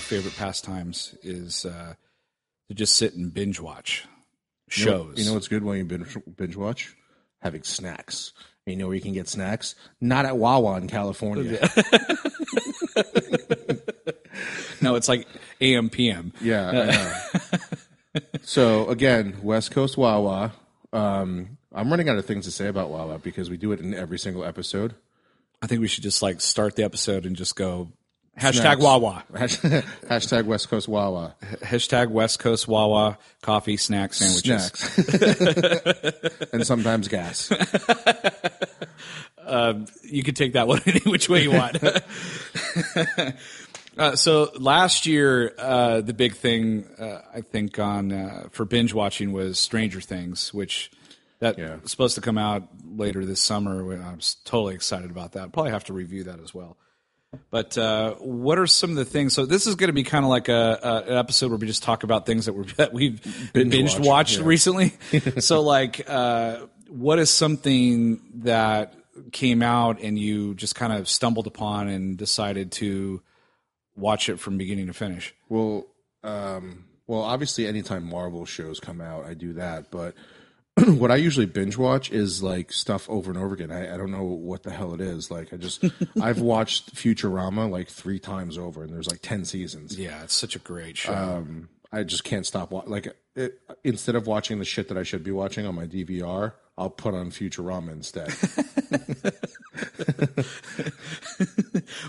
favorite pastimes is uh, to just sit and binge watch shows. You know what's good when you binge, binge watch? Having snacks. You know where you can get snacks? Not at Wawa in California. no, it's like AM PM. Yeah. I know. so again, West Coast Wawa. Um, I'm running out of things to say about Wawa because we do it in every single episode. I think we should just like start the episode and just go hashtag Snacks. Wawa, Hash- Hashtag West Coast Wawa. hashtag West Coast Wawa coffee snack sandwiches. Snacks. and sometimes gas. you could take that one any which way you want. uh, so last year, uh, the big thing uh, I think on uh, for binge watching was Stranger Things, which that Yeah. was supposed to come out later this summer. When I'm s- totally excited about that. Probably have to review that as well. But uh, what are some of the things? So this is going to be kind of like a, a an episode where we just talk about things that we're that we've binge, Binge-watched, watched recently. so like, uh, what is something that came out and you just kind of stumbled upon and decided to watch it from beginning to finish? Well, um, well, obviously, anytime Marvel shows come out, I do that. But what I usually binge watch is like stuff over and over again. I, I don't know what the hell it is. Like, I just I've watched Futurama like three times over, and there's like ten seasons. Yeah, it's such a great show. Um, I just can't stop. Wa- like, it, instead of watching the shit that I should be watching on my DVR, I'll put on Futurama instead.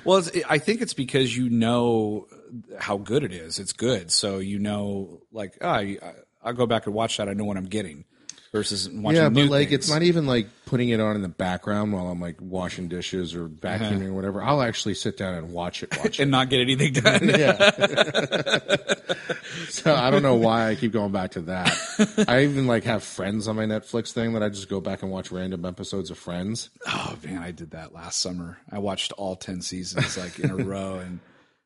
well, it's, I think it's because you know how good it is. It's good, so you know, like, ah, I, I'll go back and watch that. I know what I'm getting. Versus watching yeah, new but like it's things. not even like putting it on in the background while I'm like washing dishes or vacuuming or whatever. I'll actually sit down and watch it. Watch it. and not get anything done. So I don't know why I keep going back to that. I even like have Friends on my Netflix thing that I just go back and watch random episodes of Friends. Oh man, I did that last summer. I watched all ten seasons like in a row, and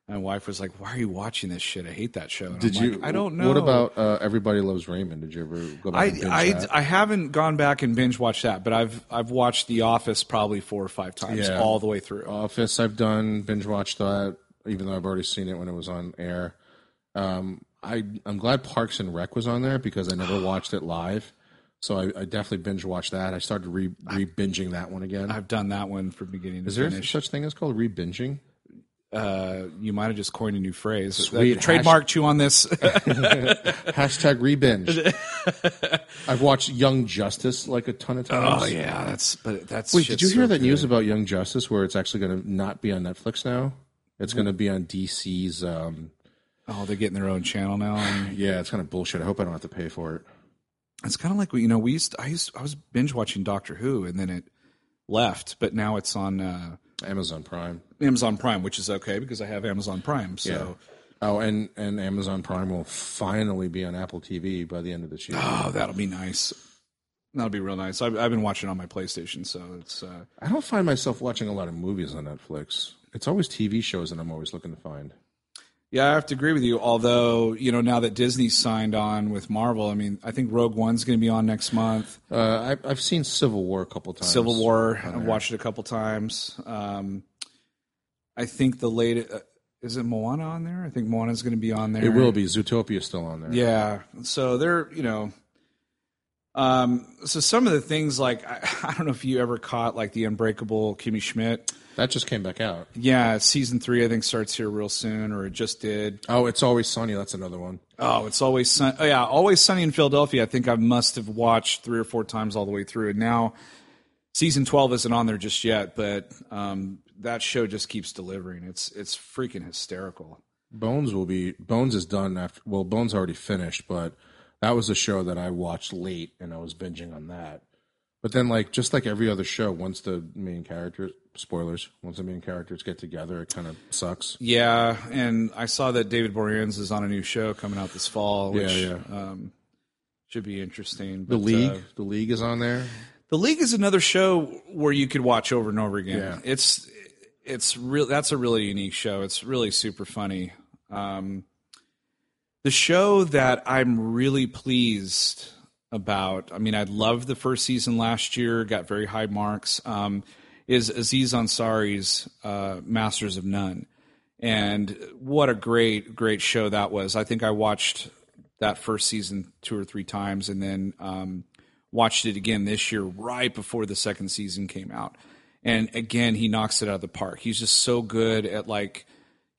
my wife was like, "Why are you watching this shit? I hate that show." And Did I'm you? Like, I don't know. What about uh, Everybody Loves Raymond? Did you ever go back? I, and binge I, that? I haven't gone back and binge watched that, but I've I've watched The Office probably four or five times Yeah. all the way through. Oh, Office. I've done binge watched that, even though I've already seen it when it was on air. Um, I I'm glad Parks and Rec was on there because I never watched it live. So I, I definitely binge watched that. I started re re binging that one again. I've done that one from beginning to Is there finish. such thing as called re binging? Uh, you might have just coined a new phrase. Sweet. Uh, trademark chew on this. Hashtag rebinge. I've watched Young Justice like a ton of times. oh yeah, that's but that's. Wait, did you hear that news about Young Justice where it's actually going to not be on Netflix now? It's going to be on DC's. Um, Oh, they're getting their own channel now. and- yeah, it's kind of bullshit. I hope I don't have to pay for it. it's kind of like you know we used I used I was binge watching Doctor Who and then it left, but now it's on uh, Amazon Prime. Amazon Prime, which is okay because I have Amazon Prime. So Oh, and, and Amazon Prime will finally be on Apple TV by the end of this year. oh, that'll be nice. That'll be real nice. I've, I've been watching on my PlayStation, so it's uh, I don't find myself watching a lot of movies on Netflix. It's always TV shows that I'm always looking to find. yeah, I have to agree with you. Although you know now that Disney signed on with Marvel, I mean I think Rogue One's going to be on next month. Uh, I, I've seen Civil War a couple times. Civil War, I've watched it a couple times. Um, I think the latest uh, is it Moana on there. I think Moana's going to be on there. It will be. Zootopia's still on there. Yeah. So they're, you know, um, so some of the things like I, I don't know if you ever caught like the Unbreakable Kimmy Schmidt. That just came back out. Yeah, season three I think starts here real soon, or it just did. Oh, it's always sunny. That's another one. Oh, it's always sun. Oh, yeah, always sunny in Philadelphia. I think I must have watched three or four times all the way through, and now season twelve isn't on there just yet. But um, that show just keeps delivering. It's it's freaking hysterical. Bones will be Bones is done after. Well, Bones already finished, but that was a show that I watched late, and I was binging on that. But then, like just like every other show, once the main characters spoilers, once the main characters get together, it kind of sucks. Yeah, and I saw that David Boreanaz is on a new show coming out this fall, which Yeah, Um, should be interesting. But, The league, uh, the league is on there. the league is another show where you could watch over and over again. Yeah. It's it's real. That's a really unique show. It's really super funny. Um, the show that I'm really pleased about. I mean, I loved the first season last year. Got very high marks. Um, is Aziz Ansari's uh, Masters of None, And what a great, great show that was. I think I watched that first season two or three times and then um, watched it again this year right before the second season came out. And again, he knocks it out of the park. He's just so good at like,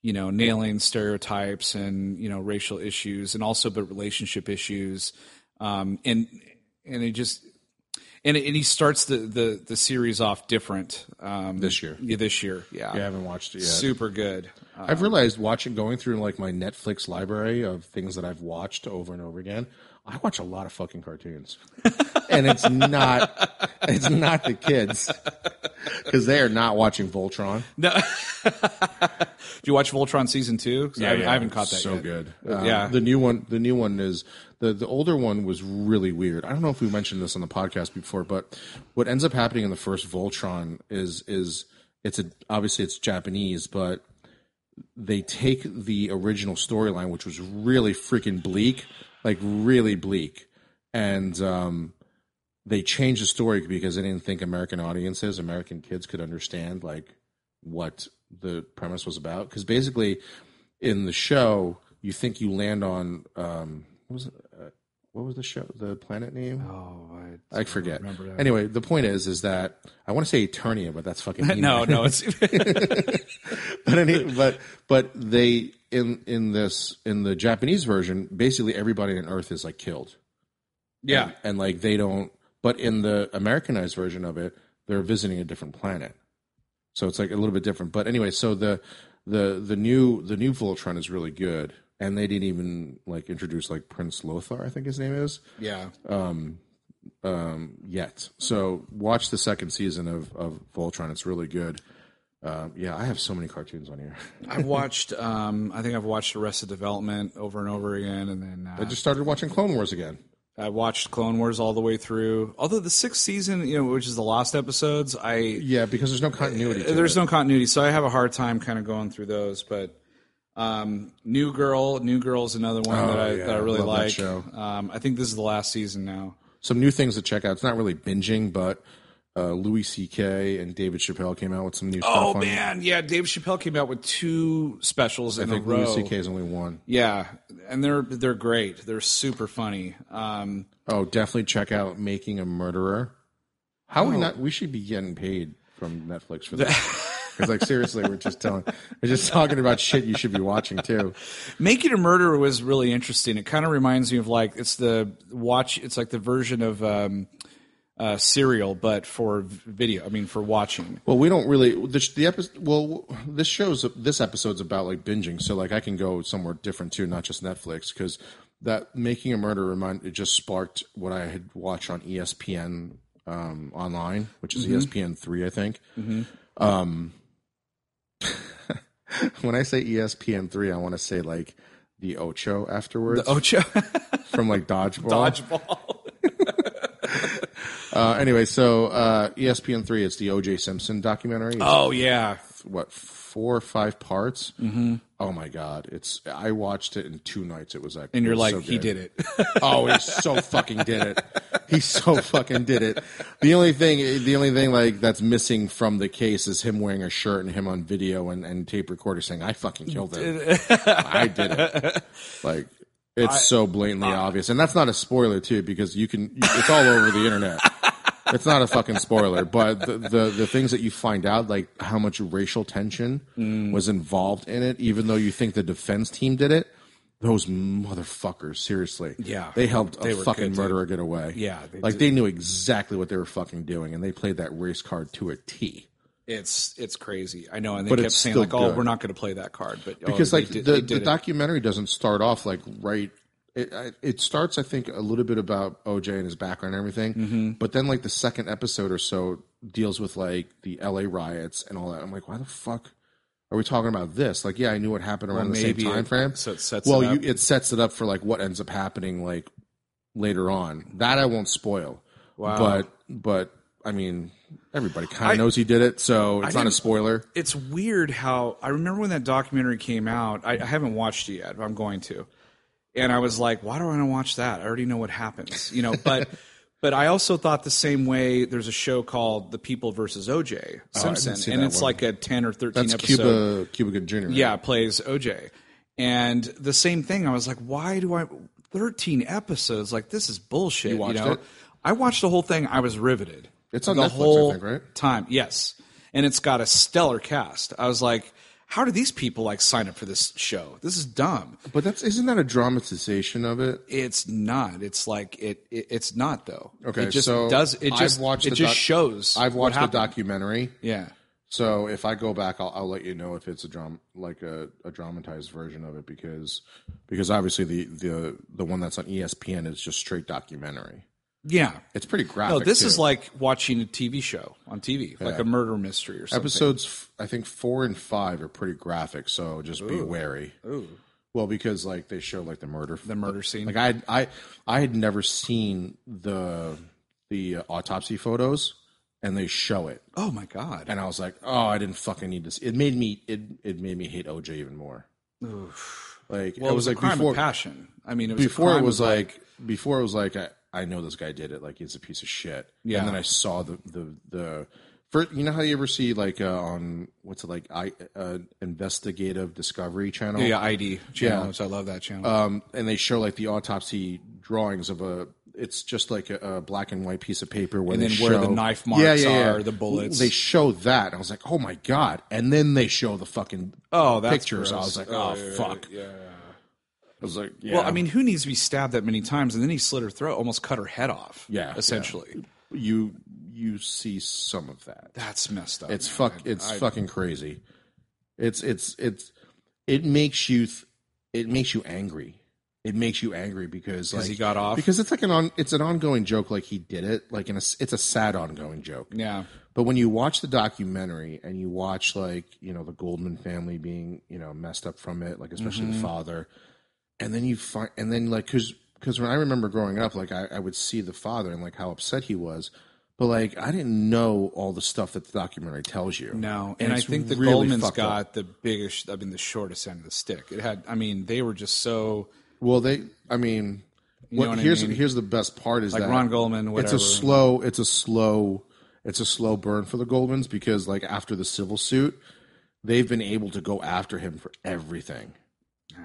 you know, nailing stereotypes and, you know, racial issues and also, but relationship issues. Um, and, and it just, and, and he starts the, the, the series off different um, This year. Yeah, this year, yeah, I haven't watched it yet. super good. I've realized watching going through like my Netflix library of things that I've watched over and over again. I watch a lot of fucking cartoons, and it's not it's not the kids because they are not watching Voltron. No. Did you watch Voltron season two? 'Cause I, I haven't caught that So yet. good. Uh, yeah. the new one. The new one is the the older one was really weird. I don't know if we mentioned this on the podcast before, but what ends up happening in the first Voltron is is it's a obviously it's Japanese, but they take the original storyline, which was really freaking bleak, like really bleak, and um, they changed the story because they didn't think American audiences, American kids, could understand like what the premise was about. Because basically, in the show, you think you land on um, what was it? Uh, what was the show? The planet name? Oh, I, I forget. remember that. Anyway, the point is, is that I want to say Eternia, but that's fucking no, no, it's but any, but but they in in this in the Japanese version, basically everybody on Earth is like killed. yeah, and, and, like they don't. But in the Americanized version of it, they're visiting a different planet, so it's like a little bit different. But anyway, so the the the new the new Voltron is really good, and they didn't even like introduce like Prince Lothar, I think his name is yeah. um, yet. So watch the second season of of Voltron; it's really good. Um, yeah, I have so many cartoons on here. I've watched. Um, I think I've watched Arrested Development over and over again, and then uh, I just started watching Clone Wars again. I watched Clone Wars all the way through. Although the sixth season, you know, which is the lost episodes, I Yeah, because there's no continuity. To there's no continuity, so I have a hard time kind of going through those. But um, New Girl, New Girl's another one that, I, Oh, yeah. that I really Love that like. show. Um, I think this is the last season now. some new things to check out. It's not really binging, but uh, Louis C.K. and David Chappelle came out with some new Oh stuff. on- man, yeah. Dave Chappelle came out with two specials in I think a row. Louis C.K. is only one. Yeah, and they're they're great. They're super funny. Um, Oh, definitely check out Making a Murderer. How we not? We should be getting paid from Netflix for that. Because like seriously, we're just telling, we're just talking about shit you should be watching too. Making a Murderer was really interesting. It kind of reminds me of like it's the watch. It's like the version of um, uh, Serial, but for v- video. I mean, for watching. Well, we don't really the, the episode. Well, this shows this episode's about like binging, so like I can go somewhere different too, not just Netflix, because that making a murder remind it just sparked what I had watched on E ESPN um, online, which is ESPN three, I think. Um, when I say ESPN three, I want to say like the Ocho afterwards Ocho from like dodgeball. dodgeball. Uh, anyway, so uh, ESPN three, it's the OJ Simpson documentary. It's oh yeah, what four or five parts. Mm-hmm. Oh my god! It's I watched it in two nights. It was like, and you're like he did it. Oh, he so fucking did it. He so fucking did it. The only thing, the only thing like that's missing from the case is him wearing a shirt and him on video and, and tape recorder saying, "I fucking killed him. I did it." Like. It's so blatantly uh, obvious, and that's not a spoiler too, because you can. It's all over the internet. It's not a fucking spoiler, but the, the the things that you find out, like how much racial tension Mm. was involved in it, even though you think the defense team did it, those motherfuckers, seriously, Yeah. they helped They a were fucking good, dude. murderer get away. Yeah, they like they knew exactly what they were fucking doing, and they played that race card to a T. It's it's crazy. I know, and they But kept it's saying still like, "Oh, good. we're not going to play that card," but because oh, like they did, the, they the did it. documentary doesn't start off like right it, I- it starts i think a little bit about oj and his background and everything Mm-hmm. but then like the second episode or so deals with like the la riots and all that i'm like why the fuck are we talking about this like yeah i knew what happened around the same maybe it- time frame so it sets well it up. You, it sets it up for like what ends up happening like later on that i won't spoil wow. but but i mean everybody kind of knows he did it so it's not a didn't- spoiler it's weird how I remember when that documentary came out. I, I haven't watched it yet, but I'm going to. And I was like, why do I want to watch that? I already know what happens, you know. But But I also thought the same way. There's a show called The People versus OJ Simpson, Oh, see and that it's one. like a ten or thirteen That's episode. Cuba Cuba Good Jr. right? Yeah, plays OJ, and the same thing. I was like, why do I thirteen episodes? Like this is bullshit. You, watched know, it? I watched the whole thing. I was riveted. It's on the Netflix, I whole think, right? time. Yes, and it's got a stellar cast. I was like, how do these people like sign up for this show? This is dumb. But that's isn't that a dramatization of it? It's not. It's like it. it it's not though. Okay, it just so does. It I've just watched it the just doc- shows. I've what watched the happened. documentary, Yeah. so if I go back, I'll, I'll let you know if it's a drum like a, a dramatized version of it because because obviously the the the one that's on E ESPN is just straight documentary. Yeah. It's pretty graphic. No, this too. is like watching a TV show on TV, like a murder mystery or something. episodes. f- I think four and five are pretty graphic, so just be wary. Ooh. Well, because like they show like the murder The murder scene. Like I I I had never seen the the autopsy photos and they show it. oh my god. And I was like, "Oh, I didn't fucking need this." It made me it it made me hate OJ even more. Like Well, it was, a like crime before of passion. I mean, it was a before it crime was of, like, before it was like I, I know this guy did it like he's a piece of shit. Yeah. And then I saw the the the first you know how you ever see like uh, on what's it like I uh, investigative discovery channel yeah Uh, ID channel, which I love that channel. um, and they show like the autopsy drawings of a. It's just like a, a black and white piece of paper where And they then where the show- knife marks are, the bullets. They show that, and I was like, "Oh my god!" And then they show the fucking Oh, that's pictures. I gross. was like, "Oh, fuck!" Yeah, I was like, yeah. Well, I mean, who needs to be stabbed that many times? And then he slit her throat, almost cut her head off. Yeah, essentially. you you see some of that. That's messed up. It's fuck. It's fucking crazy. It's it's it's it makes you th- it makes you angry. It makes you angry because like he got off? because it's like an on it's an ongoing joke. Like he did it. Like in a s- it's a sad ongoing joke. yeah. But when you watch the documentary and you watch like you know the Goldman family being you know messed up from it, like especially Mm-hmm. the father, and then you find and then like because because when I remember growing up, like I, I would see the father and like how upset he was, but like I didn't know all the stuff that the documentary tells you. No, and, I it's think the really Goldman's fucked got the biggest. I mean, the shortest end of the stick. It had. I mean, they were just so. Well, they, I mean, what, know what I here's mean? here's the best part is that Ron Goldman, It's whatever. a slow, it's a slow, it's a slow burn for the Goldmans because like after the civil suit, they've been able to go after him for everything,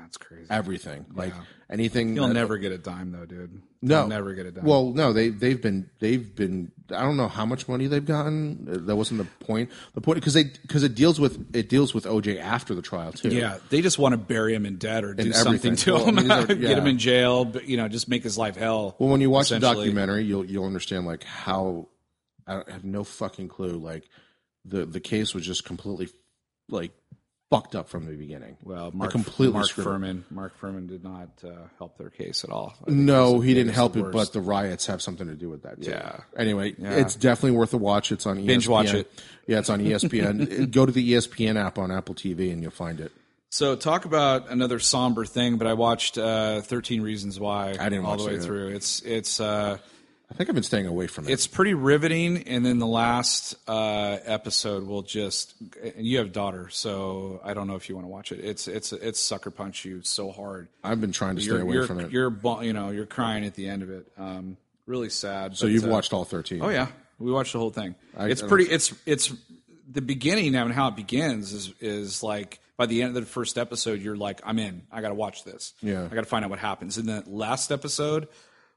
That's crazy. everything, like anything. He'll that- never get a dime though, dude. no, He'll never get a dime. Well, no, they they've been they've been. I don't know how much money they've gotten. Uh, That wasn't the point. The point because they because it deals with it deals with OJ after the trial too. Yeah, they just want to bury him in debt or do something everything. to Well, I him, mean, these are- get him yeah. in jail, but, you know, just make his life hell. Well, when you watch the essentially. documentary, you'll you'll understand like how I don't- I have no fucking clue. Like the the case was just completely like fucked up from the beginning. Well, They Mark, completely Mark screwed up. Furman, Mark Furman did not uh, help their case at all. No, he didn't help it, worst. but the riots have something to do with that. Too. Yeah. Anyway, it's definitely worth a watch. It's on E ESPN. Binge watch it. Yeah, it's on E ESPN. Go to the E ESPN app on Apple TV and you'll find it. So talk about another somber thing, but I watched uh, Thirteen Reasons Why. I didn't all watch the way that. through. It's it's uh, I think I've been staying away from it. it's pretty riveting, and then the last uh, episode will just. And you have daughter, so I don't know if you want to watch it. It's it's it's sucker punch you so hard. I've been trying to stay you're, away you're, from it. You're, bu- you know, you're crying at the end of it. Um, really sad. So you've watched all thirteen. Oh yeah, we watched the whole thing. it's I pretty. It's it's the beginning now and how it begins is is like by the end of the first episode, you're like, I'm in. I got to watch this. Yeah. I got to find out what happens. In the last episode,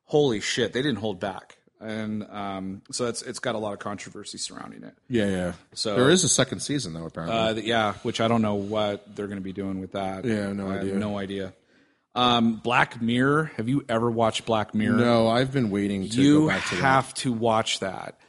holy shit, they didn't hold back, and um, so it's it's got a lot of controversy surrounding it. yeah, yeah. So there is a second season though. Apparently, Uh, yeah, which I don't know what they're going to be doing with that. Yeah, no I idea. Have no idea. Um, Black Mirror. Have you ever watched Black Mirror? no, I've been waiting to you go back to that. have to watch that.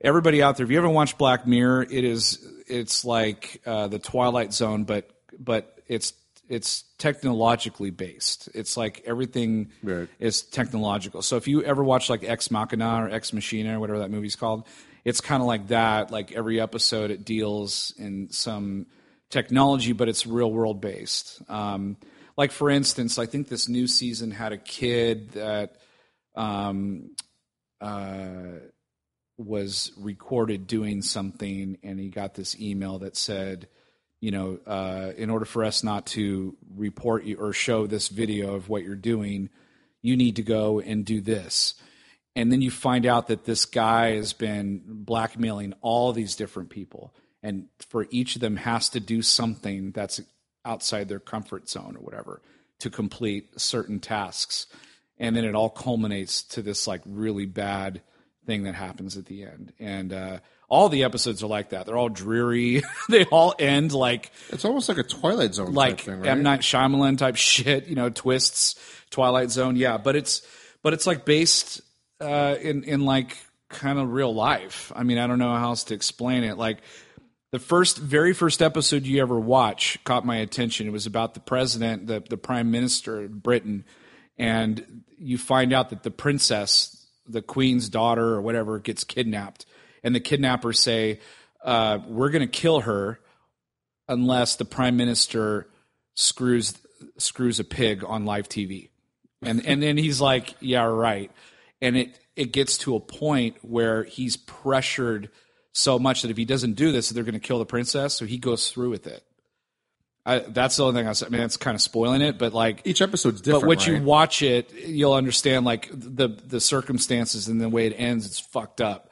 Everybody out there, if you haven't watched Black Mirror, it is it's like uh, the Twilight Zone, but but it's it's technologically based. It's like everything Right. is technological. So if you ever watch like Ex Machina or Ex Machina or whatever that movie's called, it's kind of like that. Like every episode, it deals in some technology, but it's real world based. Um, like for instance, I think this new season had a kid that um, uh, was recorded doing something, and he got this email that said, you know, uh, in order for us not to report you or show this video of what you're doing, you need to go and do this. and then you find out that this guy has been blackmailing all these different people and for each of them has to do something that's outside their comfort zone or whatever to complete certain tasks and then it all culminates to this like really bad thing that happens at the end and uh all the episodes are like that. They're all dreary. they all end like It's almost like a Twilight Zone like type thing, right? M Night Shyamalan type shit, you know, twists, Twilight Zone, yeah. But it's but it's like based uh, in in like kind of real life. I mean, I don't know how else to explain it. Like the first, very first episode you ever watch caught my attention. It was about the president, the the prime minister of Britain, and you find out that the princess, the queen's daughter or whatever, gets kidnapped, and the kidnappers say, uh, "We're going to kill her." unless the prime minister screws screws a pig on live TV. And and then he's like, yeah, right. And it it gets to a point where he's pressured so much that if he doesn't do this, they're going to kill the princess. So he goes through with it. I, that's the only thing I said. I mean, that's kind of spoiling it, but like Each episode's different. but once right? you watch it, you'll understand like the the circumstances and the way it ends. It's fucked up.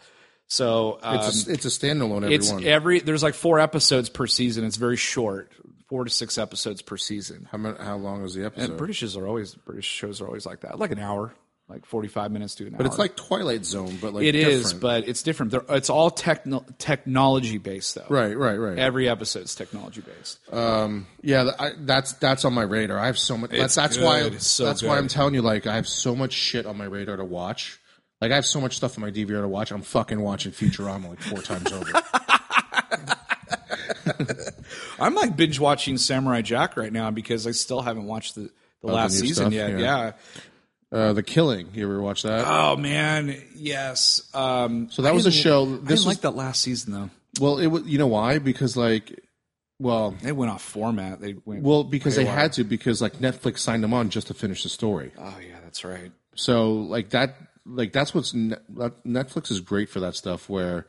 So um, it's, a, it's a standalone. Everyone. it's every there's like four episodes per season. It's very short, four to six episodes per season. how, mon- how long is the episode? British is are always British shows are always like that, like an hour, like forty five minutes to an hour. but it's like Twilight Zone, but like it different. is, but it's different. They're, it's all techno- technology based though. right, Uh, right, right. Every episode's technology based. Yeah, th- I, that's that's on my radar. I have so much. That's, that's why. good. It's so that's why good. I'm telling you. Like, I have so much shit on my radar to watch. Like, I have so much stuff on my DVR to watch. I'm fucking watching Futurama like four times over. I'm like binge watching Samurai Jack right now because I still haven't watched the, the last Oh, new season stuff? yet. Yeah. yeah. Uh, the Killing. You ever watch that? Oh man, yes. Um, so that was a show. I didn't This was like that last season though. well. It was. You know why? Because like, well, They went off format. They went. well, because they had to. Because like Netflix signed them on just to finish the story. oh yeah, that's right. So like that, like that's what's Ne- that- Netflix is great for that stuff. Where,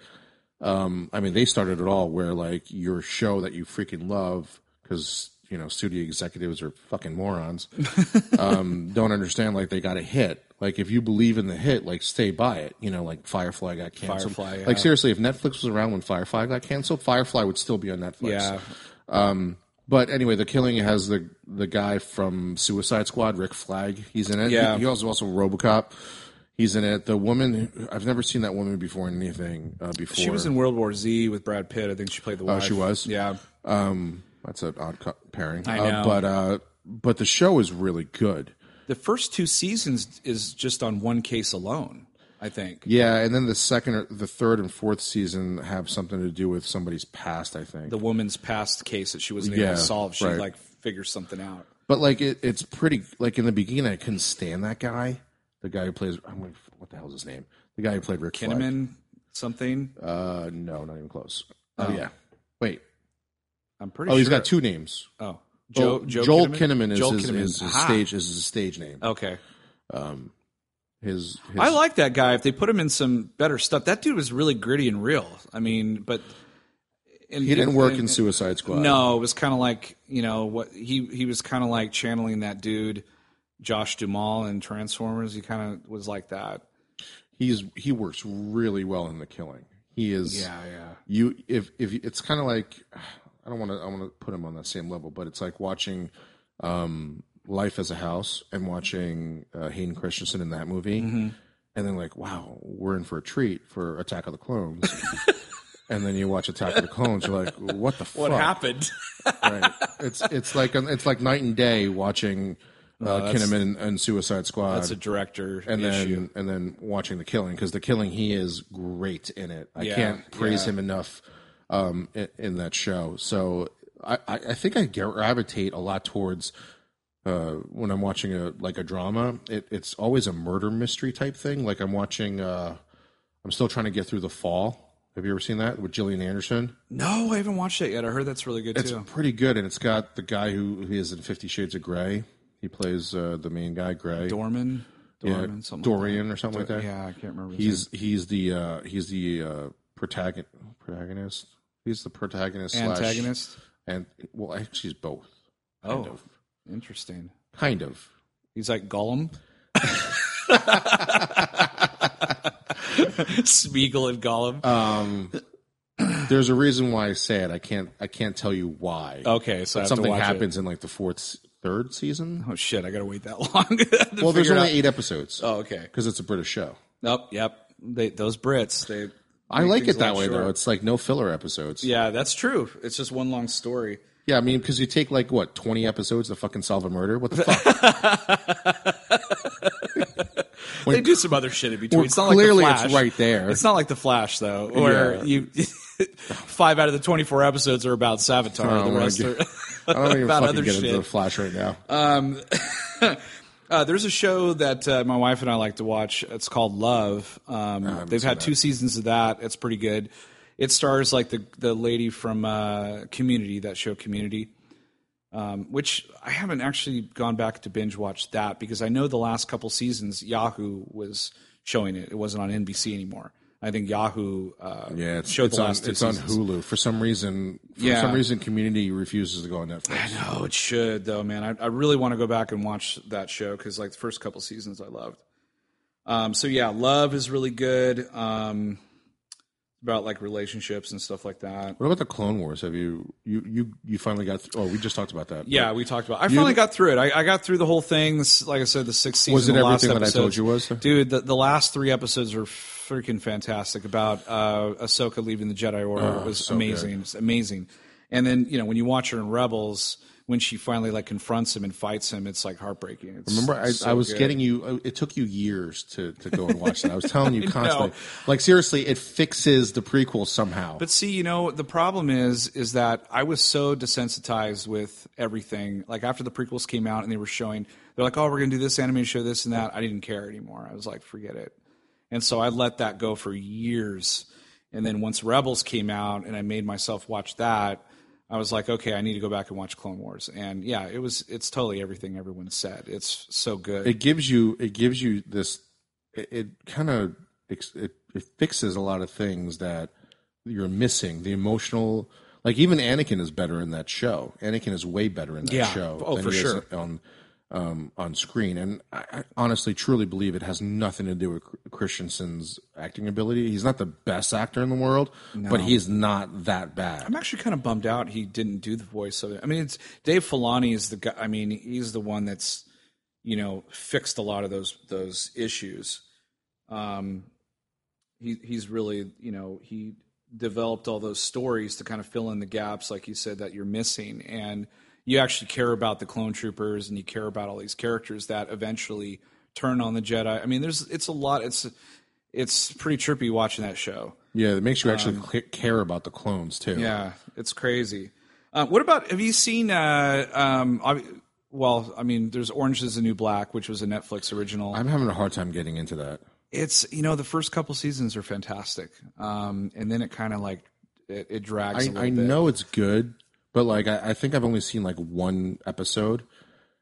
um, I mean, they started it all. Where like your show that you freaking love because you know studio executives are fucking morons. um, don't understand like they got a hit. Like if you believe in the hit, like stay by it. You know, like Firefly got canceled. Firefly, Like seriously, if Netflix was around when Firefly got canceled, Firefly would still be on Netflix. Yeah. But anyway, the killing has the the guy from Suicide Squad, Rick Flag. He's in it. Yeah. He, he also also RoboCop. He's in it. The woman I've never seen that woman before in anything uh, before. Oh, She was in World War Z with Brad Pitt. I think she played the wife. she was? Yeah. Um, that's an odd co- pairing. I know. Uh, but uh, but the show is really good. The first two seasons is just on one case alone, I think. Yeah, and then the second, or the third, and fourth season have something to do with somebody's past. I think. The woman's past case that she wasn't Yeah, able to solve, she right. like figures something out. But like it, it's pretty. Like in the beginning, I couldn't stand that guy. The guy who plays. I'm gonna, what the hell's his name? The guy who played Rick Flag. Kinnaman, something. Uh, no, not even close. Oh, yeah. Wait. I'm pretty Oh, sure. he's got two names. Oh, Joe, Joe, Joe Joel Kinnaman is Joel his, is Oh. his Aha. stage is his stage name. Okay. His, his I like that guy. If they put him in some better stuff, that dude was really gritty and real. I mean, but and, he didn't work in Suicide Squad. No, it was kind of like you know what he he was kind of like channeling that dude Josh Duhamel in Transformers. He kind of was like that. he's he works really well in The Killing. He is yeah. you if if you- it's kind of like I don't want to I want to put him on that same level, but it's like watching um Life as a House and watching uh, Hayden Christensen in that movie, Mm-hmm. and then like wow, we're in for a treat for Attack of the Clones. And then you watch Attack of the Clones, you're like, "What the What fuck?" happened? Right? It's it's like it's like night and day watching uh, Kinnaman and, and Suicide Squad That's a director and issue. then and then watching the killing because the killing he is great in it. I Yeah, can't praise him enough um, in, in that show. So I, I I think I gravitate a lot towards uh, when I'm watching a like a drama. It, it's always a murder mystery type thing. Like I'm watching. Uh, I'm still trying to get through the fall. Have you ever seen that with Gillian Anderson? no, I haven't watched it yet. I heard that's really good too. Pretty good, and it's got the guy who who is in Fifty Shades of Grey. He plays uh, the main guy, Grey. Dorman, Dorman, Yeah, something. like Dorian or something like that. that. yeah, I can't remember. his He's he's the uh, he's the uh, protagonist. Protagonist. He's the protagonist. name. antagonist. Slash, and well, actually, he's both. oh, of. interesting. Kind of. He's like Gollum. Spiegel and Gollum. Um, there's a reason why I say it. I can't. I can't tell you why. okay, so Oh, I have to Something watch happens in like the fourth, s- third season. It. Oh shit! I gotta wait that long. Well, there's only eight episodes Oh, okay. because it's a British show. Nope. Yep. They, those Brits. They. I like things it a that lot way though. shorter. It's like no filler episodes. Yeah, Yeah, that's true. It's just one long story. I mean, because you take like what twenty episodes to fucking solve a murder. What the fuck? they do some other shit in between. Well, It's not like clearly the it's Flash. right there. It's not like the Flash though, where Yeah. you five out of the twenty four episodes are about Savitar. Oh, the my rest God. are I don't even About fucking other get into shit. the Flash right now. Uh, there's a show that uh, my wife and I like to watch. It's called Love. Um, they've had two seasons of that. It's pretty good. It stars like the the lady from uh, Community, that show Community, um, which I haven't actually gone back to binge watch that because I know the last couple seasons Yahoo was showing it. It wasn't on NBC anymore. I think Yahoo uh, yeah, it's, showed it's the on, last two it's on seasons. Hulu for some reason. For Yeah. some reason, Community refuses to go on Netflix. No, it should though, man. I, I really want to go back and watch that show because like the first couple seasons I loved. Um, so yeah, love is really good. Um, about like relationships and stuff like that. What about the Clone Wars? Have you you you you finally got? Th- oh, we just talked about that. Yeah, we talked about. I finally got through it. I, I got through the whole thing. This, like I said, the sixth season. Was it the last everything that I told episodes. you was? There? Dude, the, the last three episodes are freaking fantastic. About uh, Ahsoka leaving the Jedi Order Oh, It was amazing. It's amazing. And then you know when you watch her in Rebels, when she finally like confronts him and fights him, it's like heartbreaking. It's Remember, I, so I was good. getting you. uh, It took you years to, to go and watch that. I was telling you constantly. Like seriously, it fixes the prequel somehow. But see, you know, the problem is, is that I was so desensitized with everything. Like after the prequels came out and they were showing, they're like, "Oh, we're gonna do this anime show, this and that." I didn't care anymore. I was like, "Forget it." And so I let that go for years. And then once Rebels came out and I made myself watch that, I was like, "Okay, I need to go back and watch Clone Wars." And yeah, it was. It's totally everything everyone said. It's so good. it gives you it gives you this. It, it kind of it, it fixes a lot of things that you're missing. The emotional, like even Anakin is better in that show. Anakin is way better in that Yeah. show. Oh, than for he is sure. On um, on screen, and I, I honestly, truly believe it has nothing to do with Christensen's acting ability. He's not the best actor in the world, but he's not that bad. I'm actually kind of bummed out he didn't do the voice of it. I mean, it's Dave Filani is the guy. I mean, he's the one that's you know fixed a lot of those those issues. Um, he he's really you know he developed all those stories to kind of fill in the gaps, like you said that you're missing, and you actually care about the clone troopers and you care about all these characters that eventually turn on the Jedi. I mean, there's it's a lot. It's it's pretty trippy watching that show. Yeah, it makes you actually c care about the clones too. Um, Yeah, it's crazy. Uh, what about have you seen? Uh, um, ob- well, I mean, there's Orange Is the New Black, which was a Netflix original. I'm having a hard time getting into that. it's you know the first couple seasons are fantastic, um, and then it kind of like it, it drags. a I, little I bit. know it's good, but like I, I think I've only seen like one episode,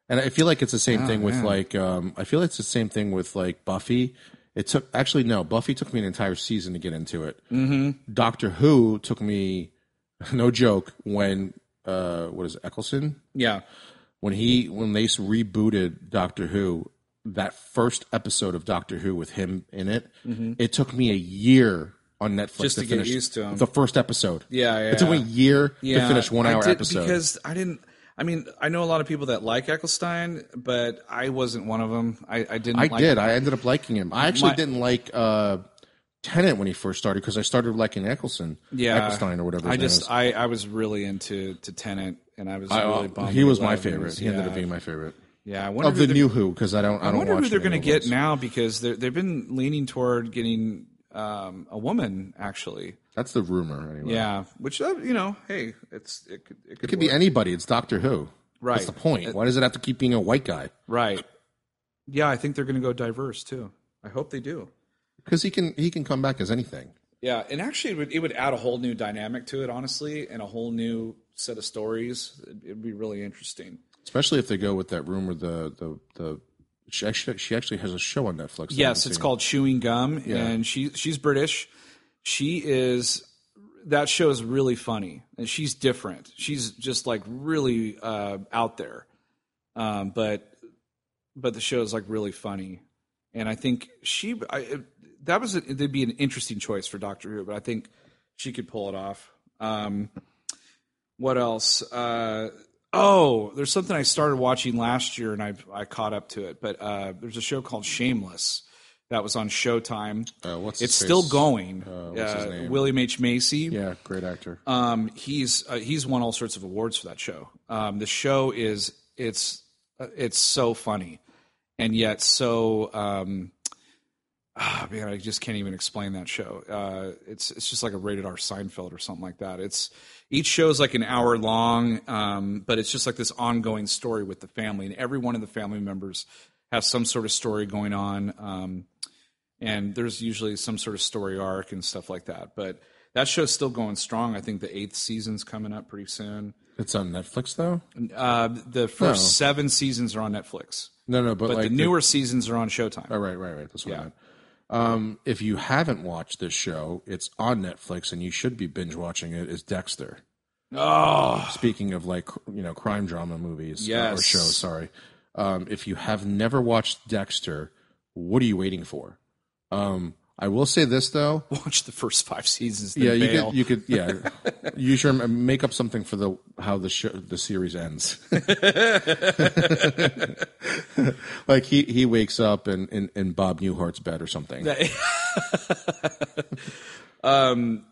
and I feel like it's the same thing with like um, I feel it's the same thing with like Buffy. It took actually no Buffy took me an entire season to get into it. Mm-hmm. Doctor Who took me, no joke, when uh, what is it, Eccleston Yeah, when he when they rebooted Doctor Who, that first episode of Doctor Who with him in it, it took me a year on Netflix Mm-hmm. Just to get finish used to him. The first episode, Yeah, yeah. it took me a year to yeah. finish one I hour did- episode. because I didn't. I mean, I know a lot of people that like Ecclestein, but I wasn't one of them. I, I didn't. I like did. I ended up liking him. I actually My- didn't like uh, Tennant when he first started because I started liking Eccleston, Yeah. Ecclestein or whatever. I his name just is. uh, I, I was really into to Tenant, and I was really bummed. he was that my Love favorite. was- He ended up yeah. being my favorite yeah. I wonder of who the the new Who because I don't. I I don't wonder watch who they're the going to new get ones. now because they're, they've been leaning toward getting um, a woman, actually. That's the rumor anyway. Yeah, which uh, you know, hey, it's it could it could, It could be work. anybody. It's Doctor Who. Right. That's the point. Why does it have to keep being a white guy? right. Yeah, I think they're going to go diverse too. I hope they do. Because he can he can come back as anything. Yeah, and actually, it would, it would add a whole new dynamic to it, honestly, and a whole new set of stories. It'd, it'd be really interesting. Especially if they go with that rumor. The the the she actually, she actually has a show on Netflix. that I Yes, haven't it's seen. called Chewing Gum, and she she's British. She is that show is really funny, and she's different. She's just like really uh, out there, um, but but the show is like really funny, and I think she I, that was a, it'd be an interesting choice for Doctor Who, but I think she could pull it off. Um, what else? Uh, oh, there's something I started watching last year and I I caught up to it, but uh, there's a show called Shameless that was on Showtime. Uh, what's his it's still face? going. what's his Uh, name? William H Macy. Yeah, great actor. Um, he's uh, he's won all sorts of awards for that show. Um, the show is it's uh, it's so funny, and yet so um, ah, man, I just can't even explain that show. Uh, it's it's just like a rated R Seinfeld or something like that. It's each show is like an hour long, um, but it's just like this ongoing story with the family, and every one of the family members has some sort of story going on. Um, and there's usually some sort of story arc and stuff like that. But that show's still going strong. I think the eighth season's coming up pretty soon. It's on Netflix though. Uh, the first No. seven seasons are on Netflix, No, no, but, but Oh. like the newer seasons are on Showtime. Oh, right, right, right. That's what I Yeah. meant. Um, if you haven't watched this show, it's on Netflix, and you should be binge watching it. Is Dexter? Oh, Speaking of like you know crime drama movies Yes. or shows, sorry. Um, if you have never watched Dexter, what are you waiting for? Um, I will say this though. watch the first five seasons. Then Yeah, you bail. could, you could, yeah, use your make up something for the how the show, the series ends. like he he wakes up in, in, in Bob Newhart's bed or something. um,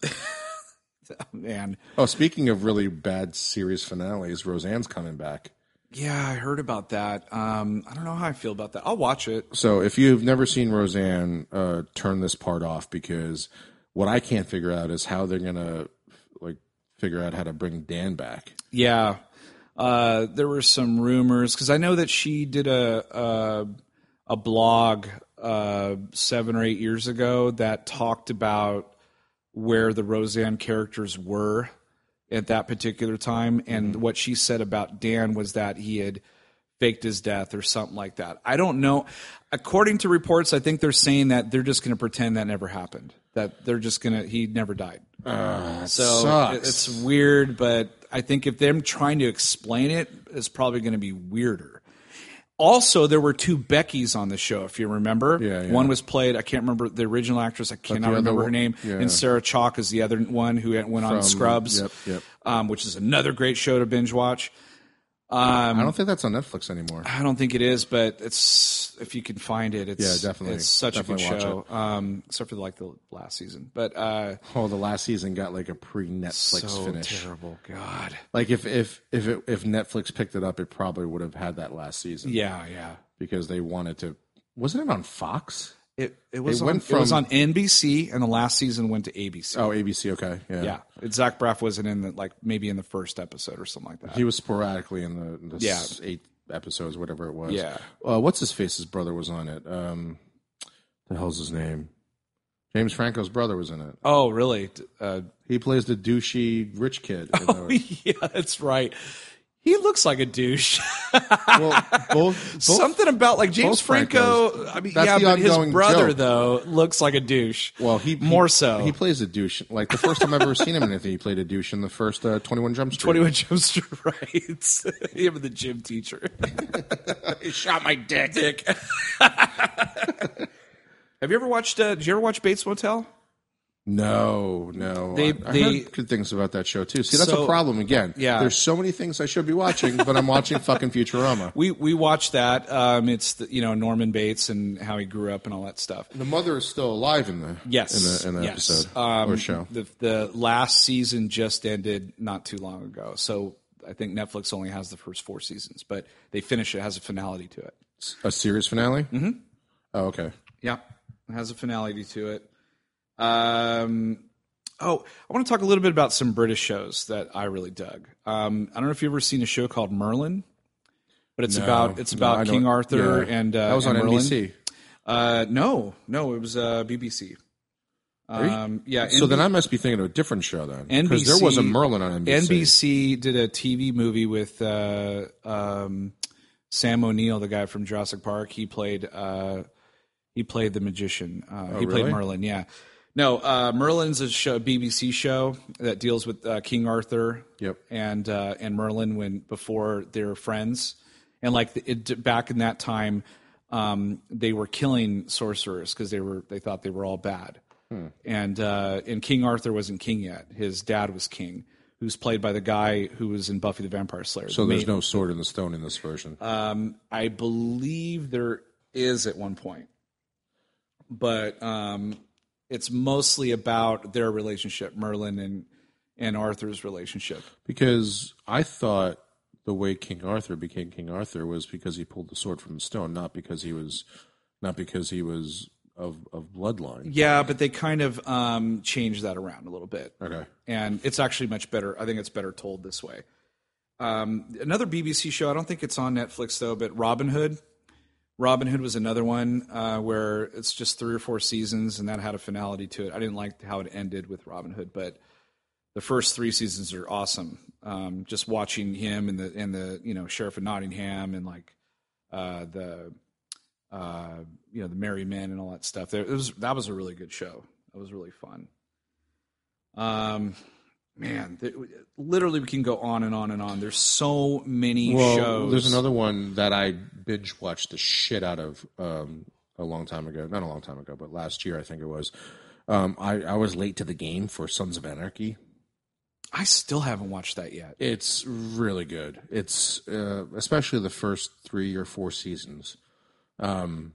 man, Oh, speaking of really bad series finales, Roseanne's coming back. yeah, I heard about that. Um, I don't know how I feel about that. I'll watch it. So if you've never seen Roseanne, uh, turn this part off because what I can't figure out is how they're gonna like figure out how to bring Dan back. Yeah. Uh, there were some rumors because I know that she did a a, a blog uh, seven or eight years ago that talked about where the Roseanne characters were at that particular time, and what she said about Dan was that he had faked his death or something like that. I don't know. According to reports, I think they're saying that they're just going to pretend that never happened. That they're just going to he never died. So sucks. it- it's weird, but I think if them trying to explain it, it's probably going to be weirder. Also, there were two Beckys on the show, if you remember. Yeah, yeah. One was played, I can't remember the original actress, I cannot other remember her one- name. yeah. And Sarah Chalk is the other one who went on From- Scrubs, Yep, yep. um, which is another great show to binge watch. I don't think that's on Netflix anymore. I don't think it is, but it's if you can find it, it's Yeah, definitely. it's such a good Definitely watch show. Um, except for like the last season, but uh, Oh, the last season got like a pre Netflix so finish. terrible. God, Like if if if it, if Netflix picked it up, it probably would have had that last season. yeah, yeah. because they wanted to. Wasn't it on Fox? It it was, It on, went it was from- on NBC, and the last season went to ABC. Oh, ABC. Okay, yeah. Yeah, It- Zach Braff wasn't in the like maybe in the first episode or something like that. He was sporadically in the, in the Yeah. s- eight episodes, whatever it was. Yeah. Uh, what's his face? His brother was on it. Um, the hell's his name? James Franco's brother was in it. Oh, really? D- Uh, He plays the douchey rich kid. Oh, yeah, that's right. He looks like a douche. well, both, both something about like James both Franco. Francos. I mean, That's yeah, the but his ongoing brother joke. though looks like a douche. Well, he he- More so. He plays a douche. Like the first time I've ever seen him in anything, he played a douche in the first uh, Twenty One Jump Street. Twenty One Jump Street, right? Him and the gym teacher. He shot my dick. Dick. Have you ever watched? Uh, did you ever watch Bates Motel? No, no. They- I, I they- heard good things about that show too. See, that's So- a problem again. Yeah. there's so many things I should be watching, but I'm watching fucking Futurama. We we watched that. Um, it's the, you know Norman Bates and how he grew up and all that stuff. The mother is still alive in the Yes, in the, in the yes. episode Um, or show. The the last season just ended not too long ago, so I think Netflix only has the first four seasons, but they finish it has a finality to it. A series finale. Mm-hmm. Oh, okay. Yeah, it has a finality to it. Um, oh, I want to talk a little bit about some British shows that I really dug. Um, I don't know if you've ever seen a show called Merlin, but it's about it's No, about I don't- King Arthur yeah. and uh, that was on and Merlin. NBC. Uh, no, no, it was uh, BBC. you- Um, yeah, So then I must be thinking of a different show then, because NBC there was a Merlin on NBC. NBC did a TV movie with uh, um, Sam O'Neill, the guy from Jurassic Park. He played uh, he played the magician. Uh, he Oh, really? played Merlin. Yeah. No, uh, Merlin's a show, BBC show that deals with uh, King Arthur Yep. and uh, and Merlin when before they were friends, and like the, it, back in that time, um, they were killing sorcerers because they were they thought they were all bad. And uh, and King Arthur wasn't king yet. His dad was king, who's played by the guy who was in Buffy the Vampire Slayer. So there's no sword in the stone in this version. Uh, I believe there is at one point, but um, it's mostly about their relationship, Merlin and and Arthur's relationship. because I thought the way King Arthur became King Arthur was because he pulled the sword from the stone, not because he was not because he was of of bloodline. Yeah, but they kind of um, changed that around a little bit. Okay. and it's actually much better. I think it's better told this way. Um, another BBC show. I don't think it's on Netflix though, but Robin Hood. Robin Hood was another one uh, where it's just three or four seasons, and that had a finality to it. I didn't like how it ended with Robin Hood, but the first three seasons are awesome. Um, just watching him and the and the you know sheriff of Nottingham and like uh, the uh, you know the Merry Men and all that stuff. There, it was that was a really good show. That was really fun. Um, man, th- literally we can go on and on and on. There's so many Well, shows. there's another one that I binge watched the shit out of um, a long time ago. Not a long time ago, but last year I think it was. Um, I, I was late to the game for Sons of Anarchy. I still haven't watched that yet. It's really good. It's uh, especially the first three or four seasons, um,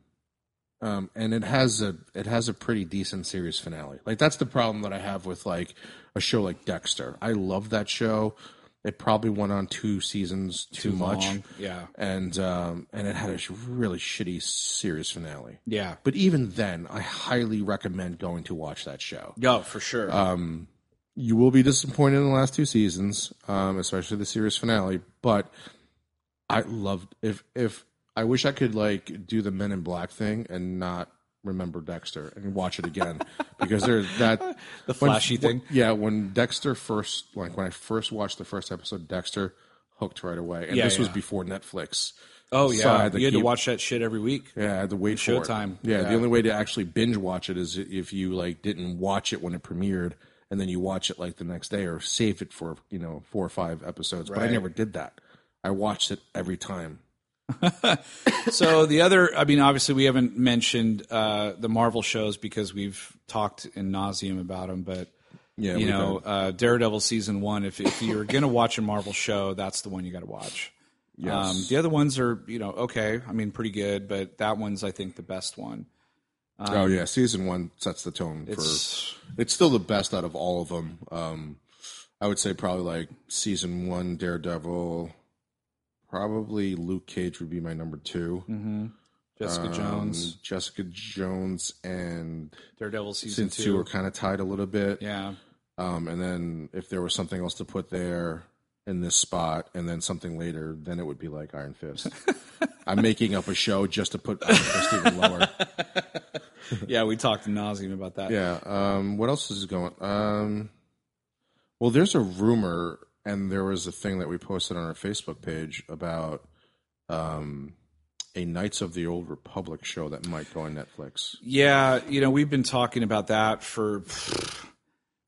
um, and it has a it has a pretty decent series finale. Like that's the problem that I have with like a show like Dexter. I love that show. It probably went on two seasons too, much, Long. Yeah. and um, and it had a sh- really shitty series finale. Yeah. But even then, I highly recommend going to watch that show No, for sure. Uh, you will be disappointed in the last two seasons, um, especially the series finale. But I loved if if I wish I could like do the Men in Black thing and not remember Dexter and watch it again because there's that the flashy thing. yeah, when Dexter first like when I first watched the first episode, of Dexter hooked right away, and Yeah, this was yeah. before Netflix. Oh so yeah, I had to you had to keep- watch that shit every week. Yeah, I had to wait for it. Showtime. Yeah, Yeah. the only way to actually binge watch it is if you like didn't watch it when it premiered, and then you watch it like the next day or save it for you know four or five episodes. But I Right. never did that. I watched it every time. so the other, I mean, obviously we haven't mentioned uh, the Marvel shows because we've talked in nauseum about them, but Yeah, you know, uh, Daredevil season one. If if you're gonna watch a Marvel show, that's the one you got to watch. Um, the other ones are, you know, okay. I mean, pretty good, but that one's, I think, the best one. oh yeah, season one sets the tone for. Uh, It's, It's still the best out of all of them. Um, I would say probably like season one, Daredevil. Probably Luke Cage would be my number two. mhm. Jessica Um, Jones, Jessica Jones, and Daredevil season since two. two were kind of tied a little bit. yeah, Um, and then if there was something else to put there in this spot, and then something later, then it would be like Iron Fist. I'm making up a show just to put Iron Fist even lower. yeah, we talked in nauseam about that. Yeah. Um, what else is going? Um, well, there's a rumor, and there was a thing that we posted on our Facebook page about um, a Knights of the Old Republic show that might go on Netflix. Yeah, you know, we've been talking about that for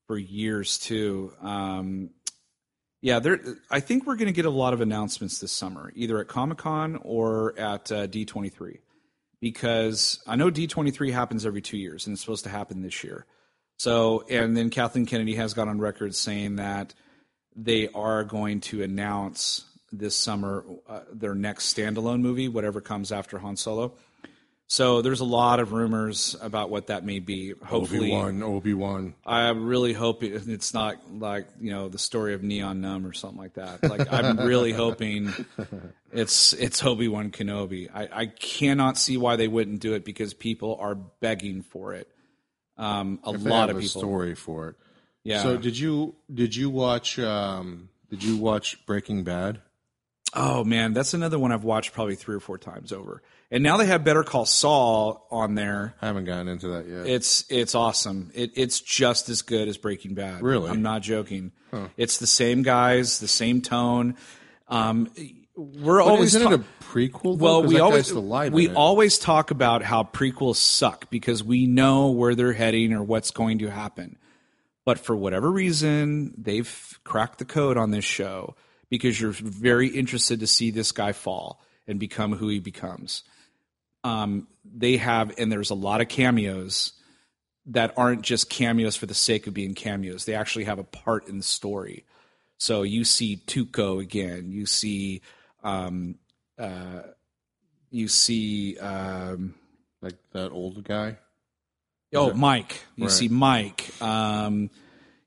for years too. Um, yeah, there. I think we're going to get a lot of announcements this summer, either at Comic Con or at uh, D23, because I know D23 happens every two years, and it's supposed to happen this year. So, and then Kathleen Kennedy has got on record saying that they are going to announce this summer uh, their next standalone movie, whatever comes after Han Solo. So there's a lot of rumors about what that may be. Hopefully, Obi Wan, Obi Wan. I really hope it, it's not like you know the story of Neon Numb or something like that. Like I'm really hoping it's it's Obi Wan Kenobi. I, I cannot see why they wouldn't do it because people are begging for it. Um, a If they lot of have a people. story for it. Yeah. So did you did you watch um did you watch Breaking Bad? oh man, that's another one I've watched probably three or four times over. And now they have Better Call Saul on there. I haven't gotten into that yet. It's it's awesome. It, it's just as good as Breaking Bad. Really? I'm not joking. It's the same guys, the same tone. Um, we're But always isn't ta- it a prequel? though? well. 'Cause We that always guy's still alive we in it. always talk about how prequels suck because we know where they're heading or what's going to happen. But for whatever reason, they've cracked the code on this show because you're very interested to see this guy fall and become who he becomes. um, they have, and there's a lot of cameos that aren't just cameos for the sake of being cameos. They actually have a part in the story. So you see Tuco again. You see, um, uh, you see, um, like that old guy. oh Okay. Mike. You Right. see Mike. Um,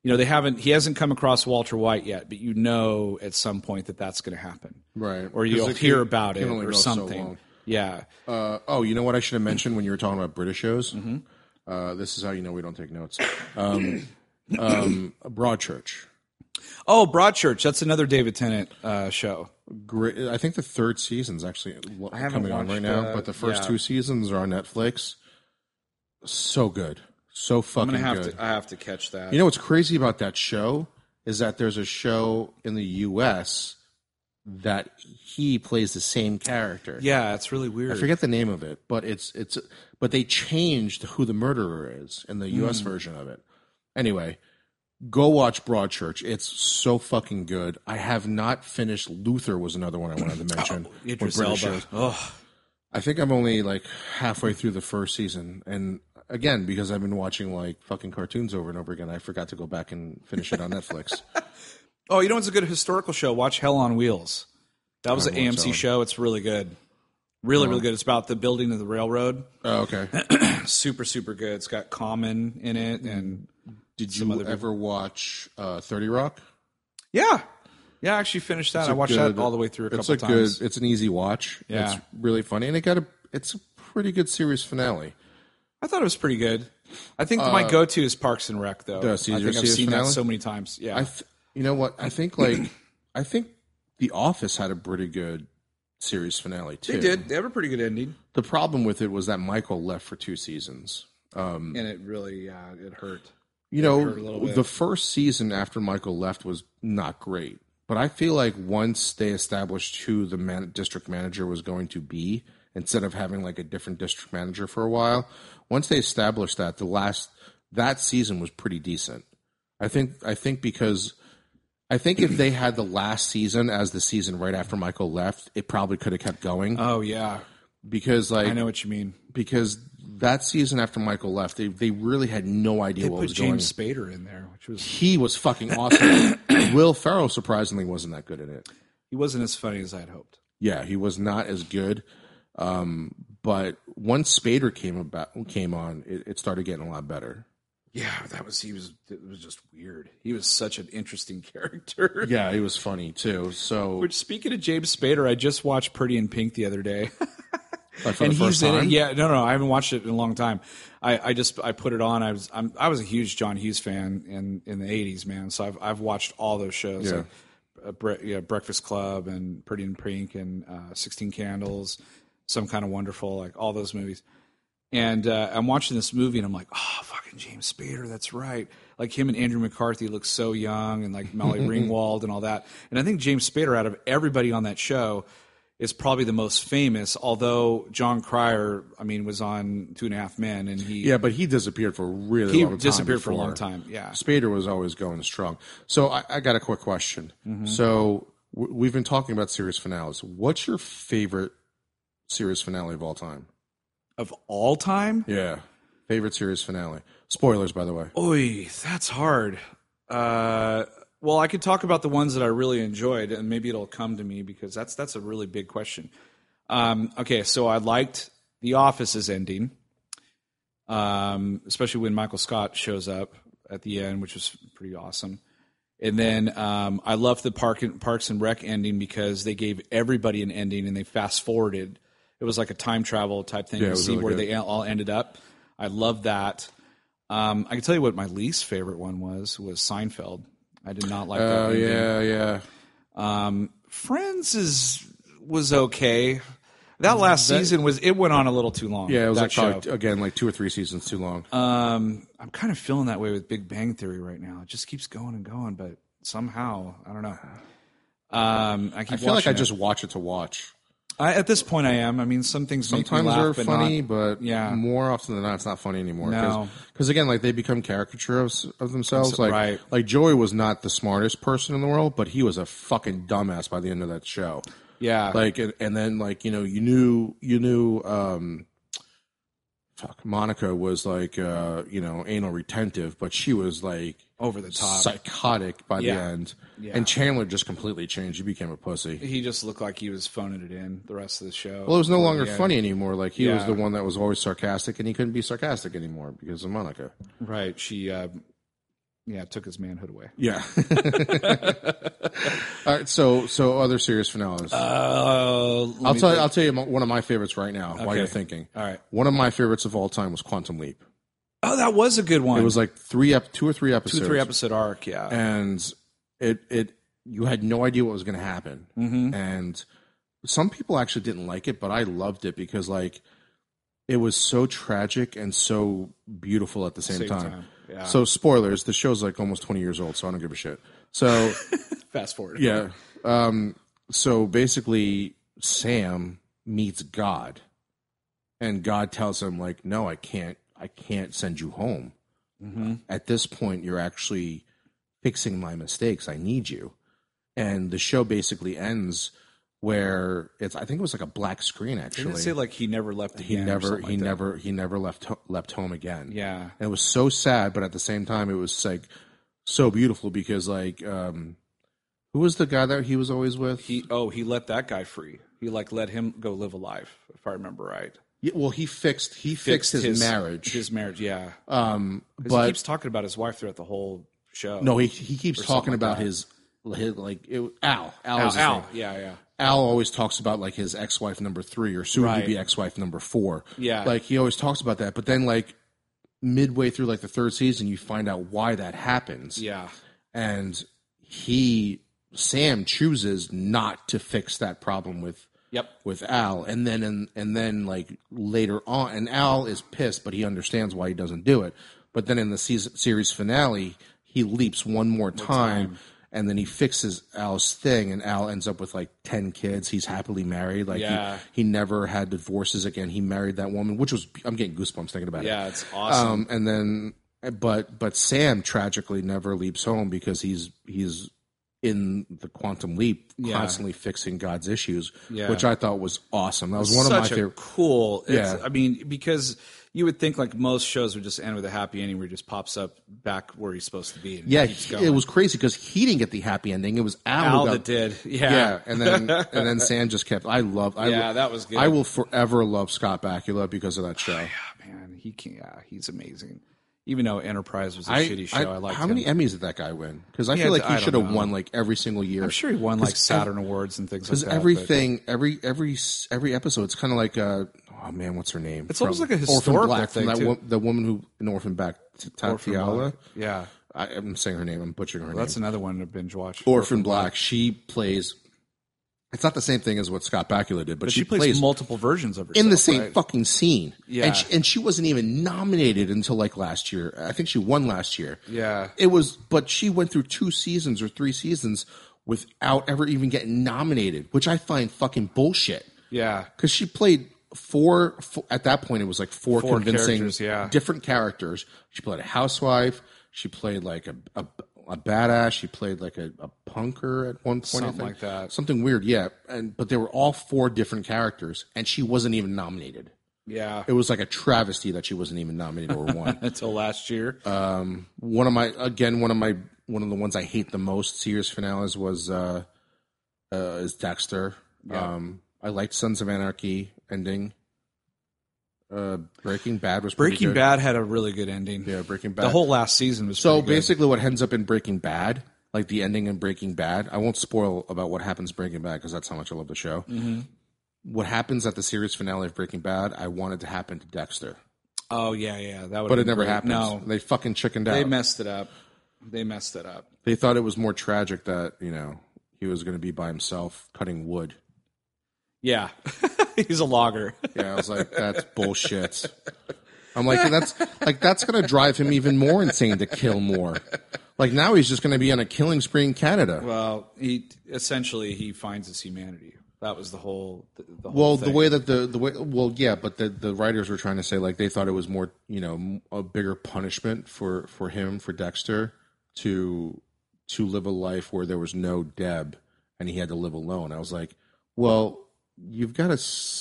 you know they haven't. He hasn't come across Walter White yet, but you know at some point that that's going to happen, Right. or 'Cause you'll it hear can- about it can only or go so something. long. yeah. Uh, oh, you know what I should have mentioned when you were talking about British shows? Mm-hmm. Uh, this is how you know we don't take notes. Um, um, Broadchurch. Oh, Broadchurch. That's another David Tennant uh, show. Great. I think the third season's actually lo- haven't coming on right watched, now, uh, but the first yeah. two seasons are on Netflix. So good. So I'm fucking gonna have good. to. I have to catch that. You know what's crazy about that show is that there's a show in the U.S. that he plays the same character. yeah, it's really weird. I forget the name of it, but it's it's but they changed who the murderer is in the U.S. Mm. version of it. Anyway, go watch Broadchurch. It's so fucking good. I have not finished. Luther was another one I wanted to mention. with Oh, Idris British Elba. shows. Oh, I think I'm only like halfway through the first season, and again because I've been watching like fucking cartoons over and over again, I forgot to go back and finish it on Netflix. oh, you know what's a good historical show? Watch Hell on Wheels. That was an haven't watched that AMC one. Uh-huh. show. It's really good. Really, really good. It's about the building of the railroad. oh, okay. Super, super good. It's got Common in it, and Did you ever watch uh, Thirty Rock? yeah, yeah. I actually finished that. I a watched good- that all the way through a couple it's a times. good. It's an easy watch. Yeah. it's really funny, and it got a. It's a pretty good series finale. I thought it was pretty good. I think my go-to is Parks and Rec, though. I Caesar- think I've Uh, Caesar's seen that finale? so many times. Yeah, I, th- you know what? I think like, I think The Office had a pretty good series finale too. they did. They have a pretty good ending, The problem with it was that Michael left for two seasons. Um, and it really, yeah, it hurt. you hurt a little know, bit. the first season after Michael left was not great, but I feel like once they established who the man- district manager was going to be, instead of having like a different district manager for a while, once they established that, the last that season was pretty decent. I think I think because I think if they had the last season as the season right after Michael left, it probably could have kept going Oh yeah, because like I know what you mean. because that season after Michael left, they they really had no idea They what put was going on James Spader in there, which was he was fucking awesome. Will Ferrell surprisingly wasn't that good at it. he wasn't as funny as I had hoped. Yeah, he was not as good. Um, but once Spader came about, came on, it, it started getting a lot better. Yeah, that was he was it was just weird. He was such an interesting character. Yeah, he was funny too. So Which speaking of James Spader, I just watched Pretty in Pink the other day. like, for and the he's first time, in it. Yeah, no, no, I haven't watched it in a long time. I, I just I put it on. I was I'm, I was a huge John Hughes fan in in the '80s, man. So I've I've watched all those shows. Yeah. Like, uh, Bre- yeah, Breakfast Club and Pretty in Pink and uh, Sixteen Candles, Some Kind of Wonderful, like all those movies. And uh, I'm watching this movie and I'm like, oh, fucking James Spader, that's right. Like him and Andrew McCarthy look so young, and like Molly Ringwald and all that. And I think James Spader, out of everybody on that show, is probably the most famous. Although John Cryer, I mean, was on Two and a Half Men, and he yeah, but he disappeared for a really he long time disappeared for a before. long time. Yeah, Spader was always going strong. So I, I got a quick question. Mm-hmm. So w- we've been talking about series finales. What's your favorite series finale of all time? of all time. Yeah. Favorite series finale. Spoilers, by the way. Oy, that's hard. Uh, well, I could talk about the ones that I really enjoyed, and maybe it'll come to me because that's that's a really big question. Um, okay, so I liked The Office's ending, um, especially when Michael Scott shows up at the end, which was pretty awesome. And then um, I loved the Park and, Parks and Rec ending because they gave everybody an ending and they fast forwarded. It was like a time travel type thing it to was see really where good. they all ended up. I love that. Um, I can tell you what my least favorite one was was Seinfeld. I did not like that. Oh ending. yeah, yeah. Friends is was okay. That last season was it went on a little too long. Yeah, it was that Uh, like probably, again like two or three seasons too long. I'm kind of feeling that way with Big Bang Theory right now. It just keeps going and going, but somehow I don't know. Um, I keep I feel like watching I it. just watch it to watch. I, at this point I am. I mean, some things Sometimes make me laugh, they're but funny, Not, but yeah. more often than not, it's not funny anymore. No. Because again, like they become caricatures of, of themselves. like right. like Joey was not the smartest person in the world, but he was a fucking dumbass by the end of that show. Yeah. Like and, and then like you know you knew you knew um, fuck Monica was like uh, you know anal retentive, but she was like over the top. psychotic by the Yeah. end, Yeah. and Chandler just completely changed. He became a pussy. he just looked like he was phoning it in the rest of the show. Well, it was no Toward longer the end. funny anymore. Like he was Yeah. the one that was always sarcastic, and he couldn't be sarcastic anymore because of Monica. Right. She, uh, yeah, took his manhood away. Uh, Yeah. All right. So, so other serious finales. Uh, I'll tell you. I'll tell you mo- one of my favorites right now. While Okay. you're thinking, All right. one of my favorites of all time was Quantum Leap. Oh, that was a good one. It was like three, ep- two or three episodes, two, three episode arc. Yeah. and it it you had no idea what was going to happen, Mm-hmm. and some people actually didn't like it, but I loved it because like it was so tragic and so beautiful at the same, Same time. time, yeah. So spoilers, the show's like almost twenty years old, so I don't give a shit. So Fast forward. yeah, um, so basically Sam meets God, and God tells him like, "No, I can't, I can't send you home. Mm-hmm. At this point, you're actually fixing my mistakes. I need you." And the show basically ends where it's I think it was like a black screen Didn't it actually. say like he never left he again? or never something he like that? never he never left ho- left home again. Yeah. And it was so sad, but at the same time, it was like so beautiful because like um, who was the guy that he was always with? He, oh, he let that guy free. He like let him go live a life, if I remember right. Yeah, well, he fixed he fixed, his, marriage, Um, His marriage, yeah. 'Cause but he keeps talking about his wife throughout the whole show. no, he he keeps something talking like about his his like it, Al Al, Al is his Al. name. Yeah, yeah. Al always talks about like his ex wife number three or soon to be Right. ex wife number four. Yeah. like he always talks about that, but then like midway through like the third season, you find out why that happens. Yeah. and he Sam chooses not to fix that problem with Yep. with Al, and then and, and then like later on, and Al is pissed, but he understands why he doesn't do it. But then in the season, series finale, he leaps one more time, and then he fixes Al's thing, and Al ends up with like ten kids. He's happily married. Like Yeah. he, he never had divorces again. He married that woman, which was I'm getting goosebumps thinking about it. Yeah, it's awesome. Um, and then, but but Sam tragically never leaps home because he's he's in the quantum leap, constantly fixing God's issues, Yeah. which I thought was awesome. That was one Such of my a favorite. cool. It's, Yeah. I mean, because you would think like most shows would just end with a happy ending where he just pops up back where he's supposed to be. And Yeah, keeps he- going. it was crazy because he didn't get the happy ending. It was Al, Al who got- that did. Yeah. Yeah, and then and then Sam just kept. I love. I, Yeah, that was good. I will forever love Scott Bakula because of that show. Yeah, man, he can. Yeah, he's amazing. Even though Enterprise was a shitty show, I, liked how him. many Emmys did that guy win? Because I had- feel like I he don't should have know. won like every single year. I'm sure he won like Saturn awards and things like that. Because but everything, every every s- every episode, it's kind of like uh oh man, what's her name? It's almost like a historical thing, from that too. wo- the woman who in Orphan Back T- Tatiala. yeah, I, I'm saying her name. I'm butchering her that's name. another one to binge watch. Orphan Black. She plays. It's not the same thing as what Scott Bakula did, but, she, plays, multiple versions of herself in the same right? fucking scene. Yeah. and she, and she wasn't even nominated until like last year. I think she won last year. Yeah. it was, but she went through two seasons or three seasons without ever even getting nominated, which I find fucking bullshit Yeah, because she played four, four at that point it was like four, Four convincing characters, yeah. different characters she played a housewife she played like a, a, a badass she played like a, a punker at one point I Something think. like that. something weird yeah and but they were all four different characters and she wasn't even nominated yeah. it was like a travesty that she wasn't even nominated or won Until last year, one of my again one of my one of the ones I hate the most series finales was uh, uh is Dexter. Um I liked Sons of Anarchy ending. Uh Breaking Bad was pretty Breaking good. Bad had a really good ending. Yeah, Breaking Bad. the whole last season was so pretty good. basically what ends up in Breaking Bad, like the ending in Breaking Bad, I won't spoil about what happens in Breaking Bad because that's how much I love the show. Mm-hmm. What happens at the series finale of Breaking Bad, I wanted to happen to Dexter. Oh yeah, yeah, that would. But it never happens. No, They fucking chickened out. they messed it up. They messed it up. they thought it was more tragic that you know he was going to be by himself cutting wood. Yeah, he's a logger. Yeah, I was like, that's bullshit. I'm like, that's like that's going to drive him even more insane to kill more. Like now he's just going to be on a killing spree in Canada. Well, he essentially he finds his humanity. That was the whole. The, the whole Well, thing. the way that the the way well, yeah, but the the writers were trying to say like they thought it was more you know m- a bigger punishment for for him for Dexter to to live a life where there was no Deb and he had to live alone. I was like, well, you've got a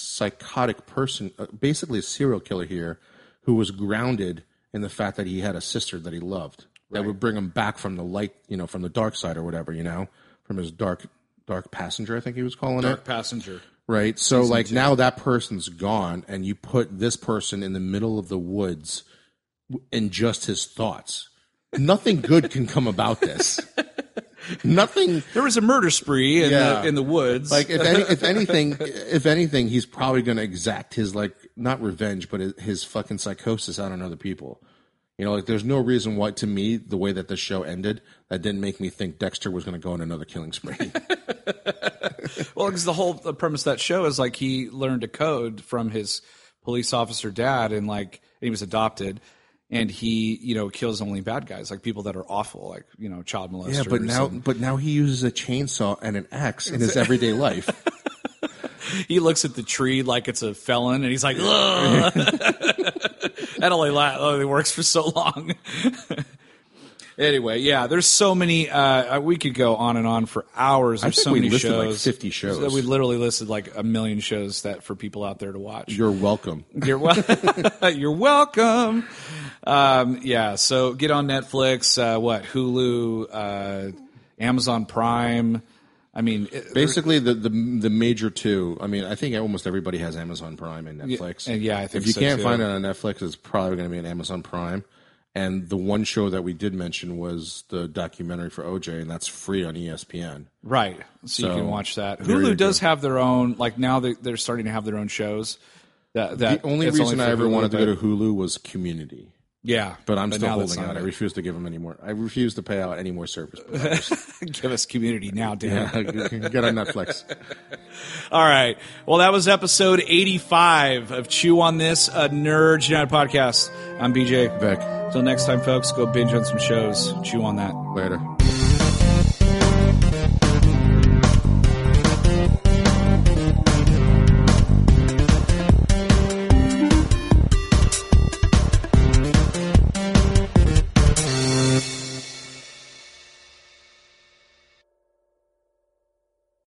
psychotic person, uh, basically a serial killer here, who was grounded in the fact that he had a sister that he loved that would bring him back from the light, you know, from the dark side or whatever, you know, from his dark dark passenger, I think he was calling it Dark passenger. right? So like now that person's gone, and you put this person in the middle of the woods, w- and just his thoughts. Nothing good can come about this. Nothing There was a murder spree in, Yeah. the, in the woods. like if any, if anything if anything he's probably going to exact his like not revenge but his, his fucking psychosis out on other people. You know, like there's no reason why to me the way that the show ended that didn't make me think Dexter was going to go on another killing spree. Well, because the whole premise of that show is like he learned to code from his police officer dad, and like and he was adopted, and he you know kills only bad guys, like people that are awful, like you know child molesters. yeah, but now but now he uses a chainsaw and an axe in his everyday life. and he looks at the tree like it's a felon, and he's like, "Ugh." that only la- only works for so long. anyway, yeah, there's so many. Uh, we could go on and on for hours. There's think so we many listed, like, shows, 50 shows. We literally listed like a million shows that for people out there to watch. You're welcome. You're wel- You're welcome. Um, yeah. So get on Netflix. Uh, what Hulu, uh, Amazon Prime. I mean, it- Basically, the, the the major two. I mean, I think almost everybody has Amazon Prime and Netflix. and yeah, I think if you so, can't too. find it on Netflix, it's probably going to be on Amazon Prime. And the one show that we did mention was the documentary for OJ, and that's free on E ESPN. right. So, you So, can watch that. there you Hulu does have their own. Like now they they're starting to have their own shows. That, that The only it's reason for I ever Hulu, wanted to but- go to Hulu was Community, Yeah, but I'm still now that's holding not out. I it. refuse to give them any more. I refuse to pay out any more service. providers. Give us Community now, Dan. You can Get on Netflix. All right. Well, that was episode 85 of Chew on This, a Nerd United podcast. I'm BJ. Vic, Till next time, folks, go binge on some shows. Chew on that. later.